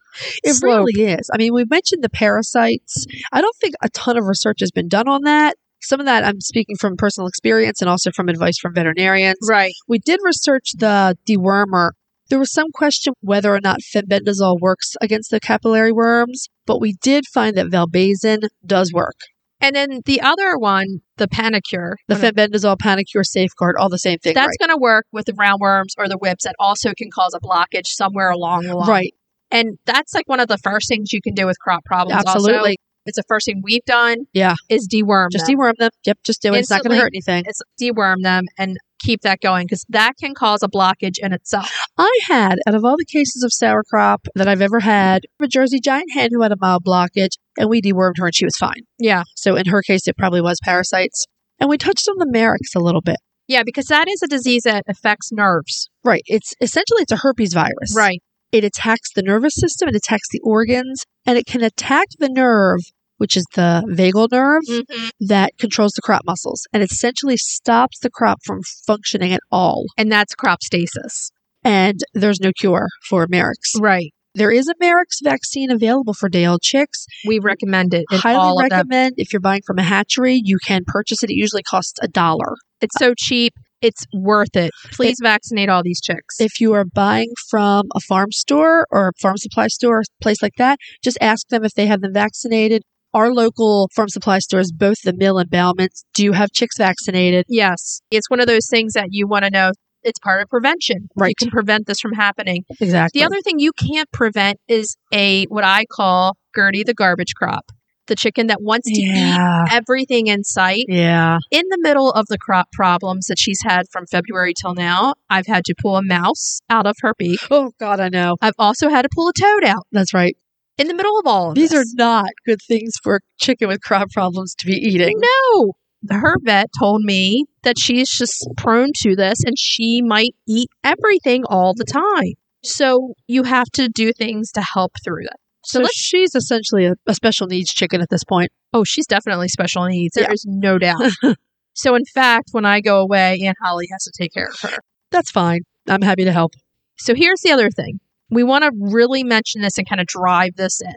[SPEAKER 3] It
[SPEAKER 2] slope.
[SPEAKER 3] really is. I mean, we mentioned the parasites. I don't think a ton of research has been done on that. Some of that I'm speaking from personal experience and also from advice from veterinarians.
[SPEAKER 2] Right.
[SPEAKER 3] We did research the dewormer. There was some question whether or not fenbendazole works against the capillary worms, but we did find that valbazin does work.
[SPEAKER 2] And then the other one, the panicure,
[SPEAKER 3] The fenbendazole, panicure, safeguard, all the same thing.
[SPEAKER 2] that's going to work with the roundworms or the whips that also can cause a blockage somewhere along the
[SPEAKER 3] right.
[SPEAKER 2] line.
[SPEAKER 3] right.
[SPEAKER 2] And that's like one of the first things you can do with crop problems. also.
[SPEAKER 3] Absolutely.
[SPEAKER 2] it's the first thing we've done.
[SPEAKER 3] Yeah.
[SPEAKER 2] Is deworm
[SPEAKER 3] Just
[SPEAKER 2] them.
[SPEAKER 3] deworm them. Yep. Just do it. It's not going
[SPEAKER 2] Instantly-
[SPEAKER 3] to hurt anything.
[SPEAKER 2] It's deworm them and keep that going because that can cause a blockage in itself.
[SPEAKER 3] I had, out of all the cases of sour crop that I've ever had, a Jersey giant hen who had a mild blockage, and we dewormed her and she was fine.
[SPEAKER 2] Yeah.
[SPEAKER 3] So in her case, it probably was parasites. And we touched on the Merrick's a little bit.
[SPEAKER 2] Yeah, because that is a disease that affects nerves.
[SPEAKER 3] Right. It's essentially it's a herpes virus.
[SPEAKER 2] Right.
[SPEAKER 3] It attacks the nervous system, it attacks the organs, and it can attack the nerve, which is the vagal nerve
[SPEAKER 2] Mm-hmm.
[SPEAKER 3] that controls the crop muscles and essentially stops the crop from functioning at all.
[SPEAKER 2] And that's crop stasis.
[SPEAKER 3] And there's no cure for Merrick's.
[SPEAKER 2] Right.
[SPEAKER 3] There is a Merrick's vaccine available for day old chicks.
[SPEAKER 2] We recommend it in all
[SPEAKER 3] Highly
[SPEAKER 2] of them.
[SPEAKER 3] recommend if you're buying from a hatchery, you can purchase it. It usually costs a dollar.
[SPEAKER 2] It's so cheap. It's worth it. Please vaccinate all these chicks.
[SPEAKER 3] If you are buying from a farm store or a farm supply store, a place like that, just ask them if they have them vaccinated. Our local farm supply stores, both the Mill and Bauman's, do have chicks vaccinated.
[SPEAKER 2] yes. It's one of those things that you want to know. It's part of prevention. You
[SPEAKER 3] Right.
[SPEAKER 2] can prevent this from happening.
[SPEAKER 3] Exactly.
[SPEAKER 2] The other thing you can't prevent is a what I call Gertie the garbage crop, the chicken that wants to eat
[SPEAKER 3] yeah,
[SPEAKER 2] everything in sight.
[SPEAKER 3] yeah,
[SPEAKER 2] In the middle of the crop problems that she's had from February till now, I've had to pull a mouse out of her beak.
[SPEAKER 3] oh god, I know.
[SPEAKER 2] I've also had to pull a toad out.
[SPEAKER 3] That's right.
[SPEAKER 2] In the middle of all of
[SPEAKER 3] These are
[SPEAKER 2] this.
[SPEAKER 3] not good things for a chicken with crop problems to be eating.
[SPEAKER 2] no. Her vet told me that she's just prone to this and she might eat everything all the time. So you have to do things to help through that.
[SPEAKER 3] So,
[SPEAKER 2] let's-
[SPEAKER 3] she's essentially a, a special needs chicken at this point.
[SPEAKER 2] Oh, she's definitely special needs. There
[SPEAKER 3] Yeah.
[SPEAKER 2] is no doubt. so, in fact, when I go away, Aunt Holly has to take care of her.
[SPEAKER 3] That's fine. I'm happy to help.
[SPEAKER 2] So, here's the other thing we want to really mention this and kind of drive this in.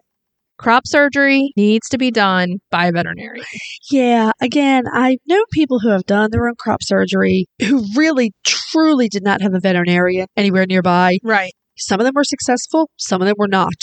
[SPEAKER 2] Crop surgery needs to be done by a veterinarian.
[SPEAKER 3] Yeah, again, I've known people who have done their own crop surgery who really, truly did not have a veterinarian anywhere nearby.
[SPEAKER 2] Right.
[SPEAKER 3] Some of them were successful, some of them were not.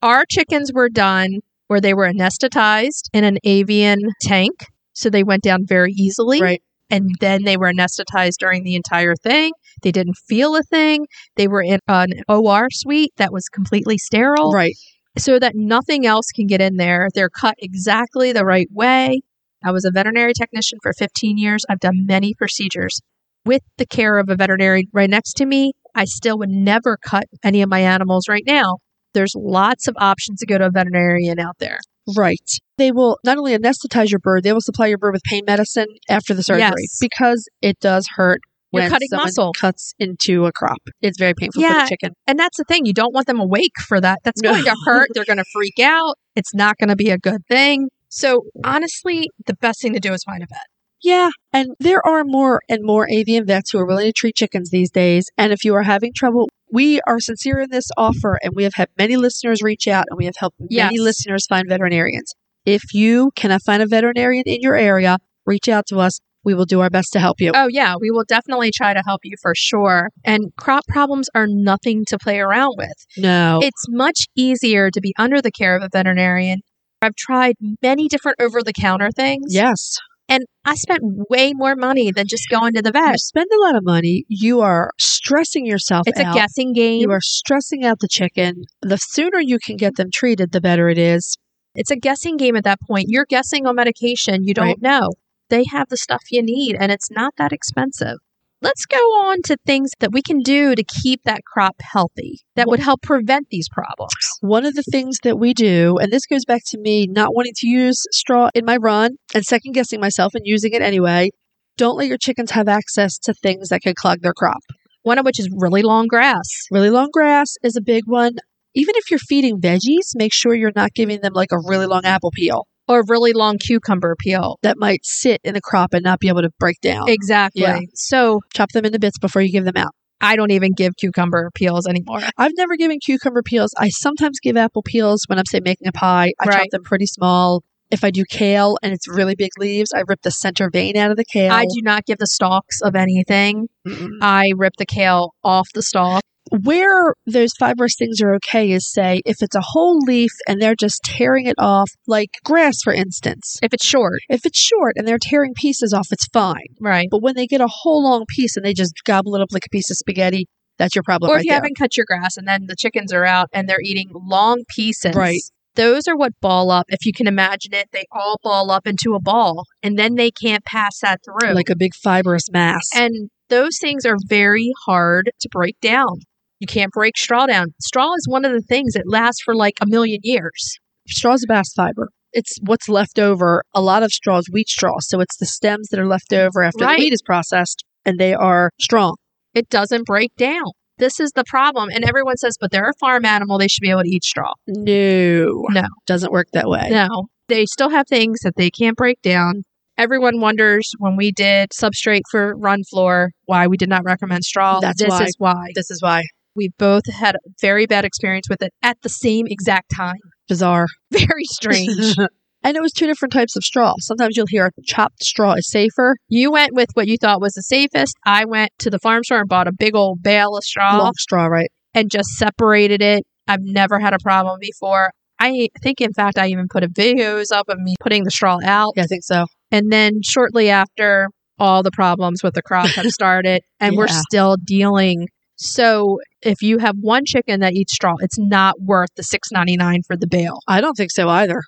[SPEAKER 2] Our chickens were done where they were anesthetized in an avian tank. So, they went down very easily.
[SPEAKER 3] Right.
[SPEAKER 2] And then they were anesthetized during the entire thing. They didn't feel a thing. They were in an OR suite that was completely sterile.
[SPEAKER 3] Right.
[SPEAKER 2] so that nothing else can get in there. They're cut exactly the right way. I was a veterinary technician for 15 years. I've done many procedures with the care of a veterinarian right next to me. I still would never cut any of my animals right now. There's lots of options to go to a veterinarian out there.
[SPEAKER 3] Right. They will not only anesthetize your bird, they will supply your bird with pain medicine after the surgery
[SPEAKER 2] Yes.
[SPEAKER 3] because it does hurt
[SPEAKER 2] You're
[SPEAKER 3] when
[SPEAKER 2] cutting
[SPEAKER 3] someone
[SPEAKER 2] muscle.
[SPEAKER 3] cuts into a crop. It's very painful for
[SPEAKER 2] Yeah.
[SPEAKER 3] the chicken.
[SPEAKER 2] And that's the thing. You don't want them awake for that. That's
[SPEAKER 3] No.
[SPEAKER 2] going to hurt. They're going to freak out. It's not going to be a good thing. So, honestly, the best thing to do is find a vet.
[SPEAKER 3] Yeah, and there are more and more avian vets who are willing to treat chickens these days. And if you are having trouble, we are sincere in this offer, and we have had many listeners reach out, and we have helped many
[SPEAKER 2] Yes.
[SPEAKER 3] listeners find veterinarians. If you cannot find a veterinarian in your area, reach out to us. We will do our best to help you.
[SPEAKER 2] Oh, yeah. We will definitely try to help you for sure. And crop problems are nothing to play around with.
[SPEAKER 3] no,
[SPEAKER 2] It's much easier to be under the care of a veterinarian. I've tried many different over the counter things.
[SPEAKER 3] yes,
[SPEAKER 2] And I spent way more money than just going to the
[SPEAKER 3] you
[SPEAKER 2] vet.
[SPEAKER 3] spend a lot of money. You are stressing yourself.
[SPEAKER 2] It's a
[SPEAKER 3] out.
[SPEAKER 2] guessing
[SPEAKER 3] You
[SPEAKER 2] game.
[SPEAKER 3] are stressing out the chicken. The sooner you can get them treated, the better it is.
[SPEAKER 2] It's a guessing game at that point. You're guessing on medication. You don't
[SPEAKER 3] Right.
[SPEAKER 2] know. They have the stuff you need, and it's not that expensive. Let's go on to things that we can do to keep that crop healthy that would help prevent these problems.
[SPEAKER 3] One of the things that we do, and this goes back to me not wanting to use straw in my run and second guessing myself and using it anyway, don't let your chickens have access to things that could clog their crop.
[SPEAKER 2] one of which is really long grass.
[SPEAKER 3] Really long grass is a big one. Even if you're feeding veggies, make sure you're not giving them like a really long apple peel
[SPEAKER 2] Or really long cucumber peel.
[SPEAKER 3] that might sit in the crop and not be able to break down.
[SPEAKER 2] Exactly.
[SPEAKER 3] Oh, Yeah.
[SPEAKER 2] So
[SPEAKER 3] Chop them into bits before you give them out.
[SPEAKER 2] I don't even give cucumber peels anymore.
[SPEAKER 3] I've never given cucumber peels. I sometimes give apple peels when I'm, say, making a pie. I chop
[SPEAKER 2] Right.
[SPEAKER 3] them pretty small. If I do kale and it's really big leaves, I rip the center vein out of the kale.
[SPEAKER 2] I do not give the stalks of anything.
[SPEAKER 3] Mm-mm.
[SPEAKER 2] I rip the kale off the stalk.
[SPEAKER 3] Where those fibrous things are okay is, say, if it's a whole leaf and they're just tearing it off, like grass, for instance.
[SPEAKER 2] If it's short,
[SPEAKER 3] If it's short and they're tearing pieces off, it's fine.
[SPEAKER 2] right?
[SPEAKER 3] But when they get a whole long piece and they just gobble it up like a piece of spaghetti, that's your problem.
[SPEAKER 2] Or
[SPEAKER 3] right
[SPEAKER 2] if you
[SPEAKER 3] there.
[SPEAKER 2] haven't cut your grass and then the chickens are out and they're eating long pieces.
[SPEAKER 3] Right.
[SPEAKER 2] Those are what ball up. If you can imagine it, they all ball up into a ball and then they can't pass that through.
[SPEAKER 3] like a big fibrous mass.
[SPEAKER 2] and those things are very hard to break down. You can't break straw down. Straw is one of the things that lasts for like a million years.
[SPEAKER 3] Straw's a bast fiber. It's what's left over. A lot of straw is wheat straw. So it's the stems that are left over after
[SPEAKER 2] Right.
[SPEAKER 3] the wheat is processed and they are strong.
[SPEAKER 2] It doesn't break down. This is the problem. And everyone says, but they're a farm animal. They should be able to eat straw.
[SPEAKER 3] No.
[SPEAKER 2] No.
[SPEAKER 3] Doesn't work that way.
[SPEAKER 2] No, they still have things that they can't break down. Everyone wonders when we did substrate for run floor why we did not recommend straw.
[SPEAKER 3] That's
[SPEAKER 2] this
[SPEAKER 3] why.
[SPEAKER 2] is why.
[SPEAKER 3] This is why.
[SPEAKER 2] We both had a very bad experience with it at the same exact time.
[SPEAKER 3] Bizarre.
[SPEAKER 2] Very strange.
[SPEAKER 3] and it was two different types of straw. Sometimes you'll hear chopped straw is safer,
[SPEAKER 2] you went with what you thought was the safest. I went to the farm store and bought a big old bale of straw
[SPEAKER 3] long straw, right?
[SPEAKER 2] and just separated it. I've never had a problem before. I think, in fact, I even put a videos up of me putting the straw out.
[SPEAKER 3] Yeah, I think so.
[SPEAKER 2] And then shortly after, all the problems with the crop have started, and we're
[SPEAKER 3] Yeah.
[SPEAKER 2] still dealing. So if you have one chicken that eats straw, it's not worth the six ninety nine for the bale.
[SPEAKER 3] I don't think so either.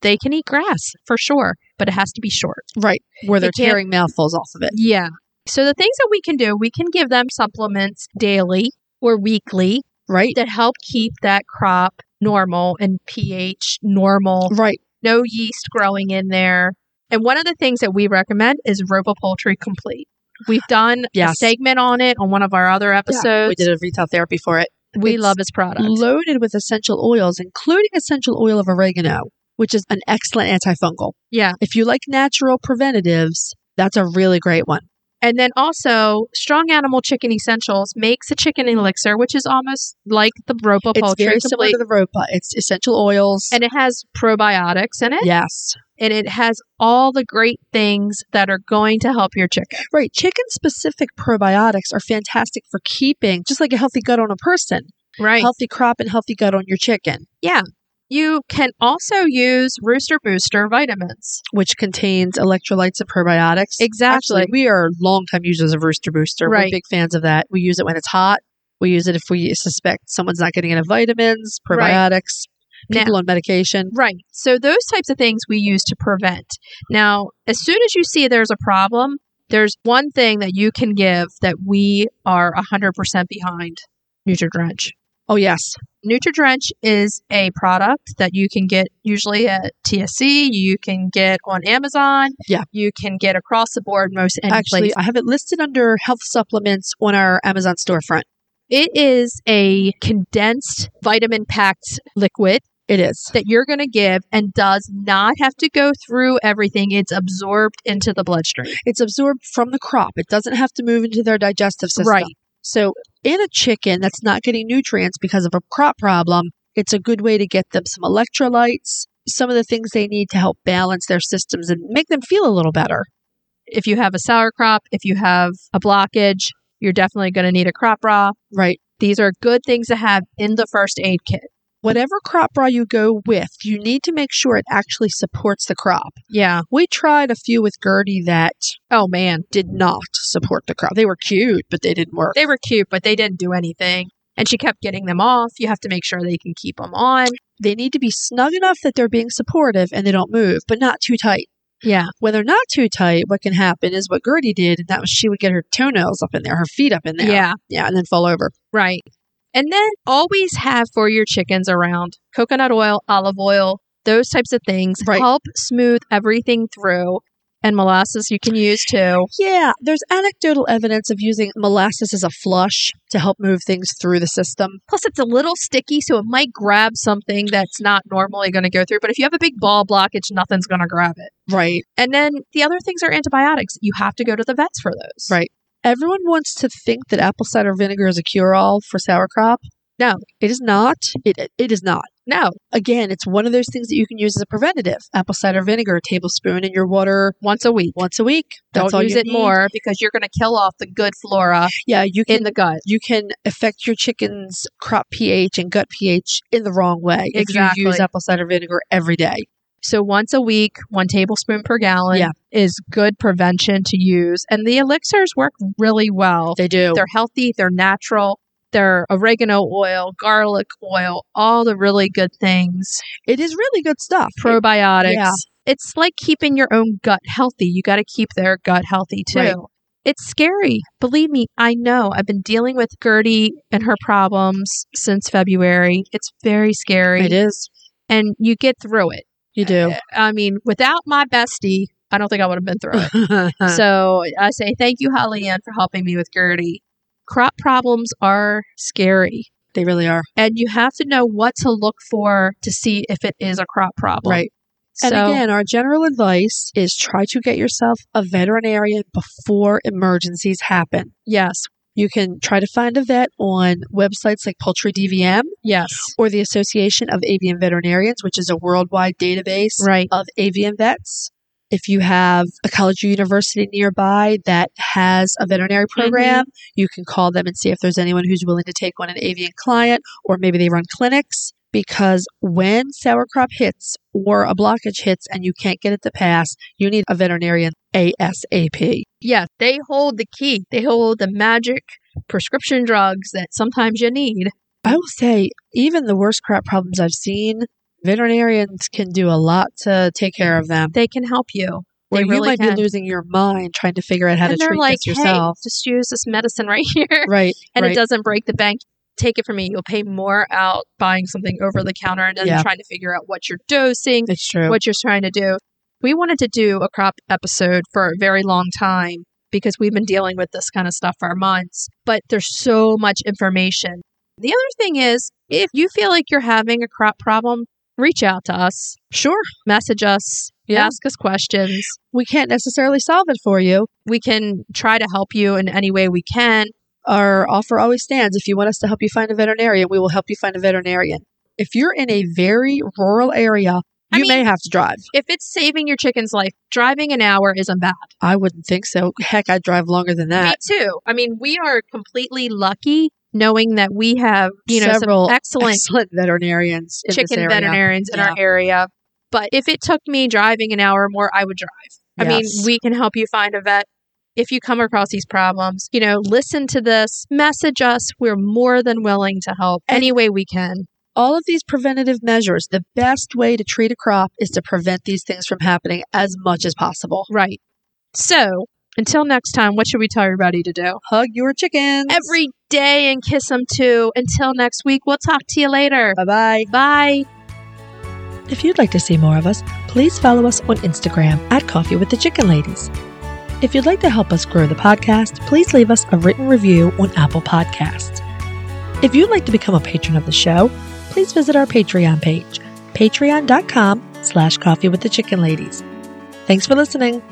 [SPEAKER 2] They can eat grass for sure, but it has to be short.
[SPEAKER 3] Right. Where they're
[SPEAKER 2] can't-
[SPEAKER 3] tearing mouthfuls off of it.
[SPEAKER 2] Yeah. So the things that we can do, we can give them supplements daily or weekly
[SPEAKER 3] Right.
[SPEAKER 2] that help keep that crop normal and pH normal.
[SPEAKER 3] Right.
[SPEAKER 2] no yeast growing in there. And one of the things that we recommend is Robopoultry Complete. We've done a
[SPEAKER 3] Yes.
[SPEAKER 2] segment on it on one of our other
[SPEAKER 3] Yeah, we
[SPEAKER 2] episodes.
[SPEAKER 3] did a retail therapy for it.
[SPEAKER 2] we
[SPEAKER 3] It's
[SPEAKER 2] love his product.
[SPEAKER 3] Loaded with essential oils, including essential oil of oregano, which is an excellent antifungal.
[SPEAKER 2] yeah.
[SPEAKER 3] If you like natural preventatives, that's a really great one.
[SPEAKER 2] And then also, Strong Animal Chicken Essentials makes a chicken elixir, which is almost like the
[SPEAKER 3] It's
[SPEAKER 2] Robopoultry
[SPEAKER 3] very similar
[SPEAKER 2] Complete.
[SPEAKER 3] to the Ropa. It's essential oils.
[SPEAKER 2] And it has probiotics in it,
[SPEAKER 3] yes.
[SPEAKER 2] and it has all the great things that are going to help your chicken.
[SPEAKER 3] Right. Chicken specific probiotics are fantastic for keeping, just like a healthy gut on a person,
[SPEAKER 2] Right.
[SPEAKER 3] healthy crop and healthy gut on your chicken,
[SPEAKER 2] You can also use Rooster Booster vitamins.
[SPEAKER 3] which contains electrolytes and probiotics.
[SPEAKER 2] Exactly.
[SPEAKER 3] Actually, we are longtime users of Rooster Booster.
[SPEAKER 2] Right.
[SPEAKER 3] We're big fans of that. We use it when it's hot. We use it if we suspect someone's not getting enough vitamins,
[SPEAKER 2] Right.
[SPEAKER 3] probiotics,
[SPEAKER 2] Now-
[SPEAKER 3] people on medication.
[SPEAKER 2] Right. So those types of things we use to prevent. Now, as soon as you see there's a problem, there's one thing that you can give that we are 100% behind NutriDrench.
[SPEAKER 3] Oh, yes.
[SPEAKER 2] NutriDrench is a product that you can get usually at TSC, you can get on Amazon,
[SPEAKER 3] Yeah.
[SPEAKER 2] you can get across the board most any
[SPEAKER 3] Actually,
[SPEAKER 2] place.
[SPEAKER 3] I have it listed under health supplements on our Amazon storefront.
[SPEAKER 2] It is a condensed vitamin packed liquid
[SPEAKER 3] It is.
[SPEAKER 2] that you're going to give and does not have to go through everything. It's absorbed into the bloodstream.
[SPEAKER 3] It's absorbed from the crop. It doesn't have to move into their digestive system.
[SPEAKER 2] Right.
[SPEAKER 3] So, in a chicken that's not getting nutrients because of a crop problem, it's a good way to get them some electrolytes, some of the things they need to help balance their systems and make them feel a little better.
[SPEAKER 2] if you have a sour crop, if you have a blockage, you're definitely going to need a crop bra.
[SPEAKER 3] Right.
[SPEAKER 2] These are good things to have in the first aid kit.
[SPEAKER 3] Whatever crop bra you go with, you need to make sure it actually supports the crop.
[SPEAKER 2] Yeah.
[SPEAKER 3] We tried a few with Gertie that
[SPEAKER 2] Oh man,
[SPEAKER 3] did not support the crop. They were cute, but they didn't work.
[SPEAKER 2] they were cute, but they didn't do anything. And she kept getting them off. You have to make sure they can keep them on.
[SPEAKER 3] They need to be snug enough that they're being supportive and they don't move, but not too tight.
[SPEAKER 2] Yeah.
[SPEAKER 3] When they're not too tight, what can happen is what Gertie did, and that was she would get her toenails up in there, her feet up in there.
[SPEAKER 2] Yeah.
[SPEAKER 3] Yeah, and then fall over.
[SPEAKER 2] Right. And then always have for your chickens around coconut oil, olive oil, those types of things
[SPEAKER 3] Right.
[SPEAKER 2] help smooth everything through. And molasses you can use too.
[SPEAKER 3] Yeah, there's anecdotal evidence of using molasses as a flush to help move things through the system.
[SPEAKER 2] Plus, it's a little sticky, so it might grab something that's not normally going to go through. But if you have a big ball blockage, nothing's going to grab it.
[SPEAKER 3] Right.
[SPEAKER 2] And then the other things are antibiotics. You have to go to the vets for those.
[SPEAKER 3] Right. Everyone wants to think that apple cider vinegar is a cure all for sauerkraut. No, it is not. It it is not.
[SPEAKER 2] No,
[SPEAKER 3] Again, it's one of those things that you can use as a preventative. Apple cider vinegar, a tablespoon in your water
[SPEAKER 2] once a week.
[SPEAKER 3] once a week. That's all
[SPEAKER 2] Don't use
[SPEAKER 3] you
[SPEAKER 2] it
[SPEAKER 3] need.
[SPEAKER 2] more because you're going to kill off the good flora
[SPEAKER 3] Yeah, you can
[SPEAKER 2] in the gut.
[SPEAKER 3] you can affect your chicken's crop pH and gut pH in the wrong way if
[SPEAKER 2] Exactly.
[SPEAKER 3] you use apple cider vinegar every day.
[SPEAKER 2] So once a week, one tablespoon per gallon
[SPEAKER 3] Yeah.
[SPEAKER 2] is good prevention to use. And the elixirs work really well.
[SPEAKER 3] They do.
[SPEAKER 2] They're healthy, they're natural. They're oregano oil, garlic oil, all the really good things.
[SPEAKER 3] It is really good stuff.
[SPEAKER 2] probiotics.
[SPEAKER 3] Yeah.
[SPEAKER 2] It's like keeping your own gut healthy. You got to keep their gut healthy too.
[SPEAKER 3] Right.
[SPEAKER 2] It's scary. Believe me, I know. I've been dealing with Gertie and her problems since February. It's very scary.
[SPEAKER 3] It is.
[SPEAKER 2] And you get through it.
[SPEAKER 3] You do.
[SPEAKER 2] I mean, without my bestie, I don't think I would have been through it.
[SPEAKER 3] Uh-huh.
[SPEAKER 2] so I say thank you, Holly Ann, for helping me with Gertie. Crop problems are scary.
[SPEAKER 3] they really are.
[SPEAKER 2] And you have to know what to look for to see if it is a crop problem.
[SPEAKER 3] Right.
[SPEAKER 2] So,
[SPEAKER 3] and again, our general advice is try to get yourself a veterinarian before emergencies happen.
[SPEAKER 2] yes,
[SPEAKER 3] You can try to find a vet on websites like Poultry DVM
[SPEAKER 2] yes,
[SPEAKER 3] or the Association of Avian Veterinarians, which is a worldwide database
[SPEAKER 2] right.
[SPEAKER 3] of avian vets. If you have a college or university nearby that has a veterinary
[SPEAKER 2] Mm-hmm.
[SPEAKER 3] program, you can call them and see if there's anyone who's willing to take on an avian client, or maybe they run clinics. Because when sauerkraut hits or a blockage hits and you can't get it to pass, you need a veterinarian ASAP.
[SPEAKER 2] Yeah, they hold the key. They hold the magic prescription drugs that sometimes you need.
[SPEAKER 3] I will say, even the worst crop problems I've seen, veterinarians can do a lot to take care of them.
[SPEAKER 2] They can help you. They
[SPEAKER 3] Where you
[SPEAKER 2] really
[SPEAKER 3] might
[SPEAKER 2] can.
[SPEAKER 3] be losing your mind trying to figure out how
[SPEAKER 2] and
[SPEAKER 3] to
[SPEAKER 2] they're
[SPEAKER 3] treat
[SPEAKER 2] like,
[SPEAKER 3] this yourself.
[SPEAKER 2] hey, just use this medicine right here.
[SPEAKER 3] Right.
[SPEAKER 2] and
[SPEAKER 3] right.
[SPEAKER 2] it doesn't break the bank. Take it from me. You'll pay more out buying something over the counter and then
[SPEAKER 3] Yeah.
[SPEAKER 2] trying to figure out what you're dosing,
[SPEAKER 3] It's true.
[SPEAKER 2] what you're trying to do. We wanted to do a crop episode for a very long time because we've been dealing with this kind of stuff for months, but there's so much information. The other thing is, if you feel like you're having a crop problem, reach out to us,
[SPEAKER 3] sure,
[SPEAKER 2] message us,
[SPEAKER 3] Yeah.
[SPEAKER 2] ask us questions.
[SPEAKER 3] we can't necessarily solve it for you.
[SPEAKER 2] We can try to help you in any way we can.
[SPEAKER 3] Our offer always stands. If you want us to help you find a veterinarian, we will help you find a veterinarian. If you're in a very rural area,
[SPEAKER 2] I
[SPEAKER 3] you may
[SPEAKER 2] mean-
[SPEAKER 3] have to drive.
[SPEAKER 2] If it's saving your chicken's life, driving an hour isn't bad.
[SPEAKER 3] I wouldn't think so. Heck, I'd drive longer than
[SPEAKER 2] Me
[SPEAKER 3] that.
[SPEAKER 2] too. I mean, we are completely lucky knowing that we have, you know,
[SPEAKER 3] Several
[SPEAKER 2] some excellent
[SPEAKER 3] Excellent veterinarians in this
[SPEAKER 2] chicken
[SPEAKER 3] area.
[SPEAKER 2] veterinarians in our area. But if it took me driving an hour or more, I would drive. I mean,
[SPEAKER 3] Yes.
[SPEAKER 2] we can help you find a vet. If you come across these problems, you know, listen to this, message us. We're more than willing to help
[SPEAKER 3] And-
[SPEAKER 2] any way we can.
[SPEAKER 3] all of these preventative measures, the best way to treat a crop is to prevent these things from happening as much as possible.
[SPEAKER 2] Right. So until next time, what should we tell everybody to do?
[SPEAKER 3] Hug your chickens.
[SPEAKER 2] Every day and kiss them too. Until next week, we'll talk to you later.
[SPEAKER 3] bye bye.
[SPEAKER 2] Bye.
[SPEAKER 3] If you'd like to see more of us, please follow us on Instagram at Coffee with the Chicken Ladies. If you'd like to help us grow the podcast, please leave us a written review on Apple Podcasts. If you'd like to become a patron of the show, please visit our Patreon page, patreon.com slash coffee with the chicken ladies. Thanks for listening.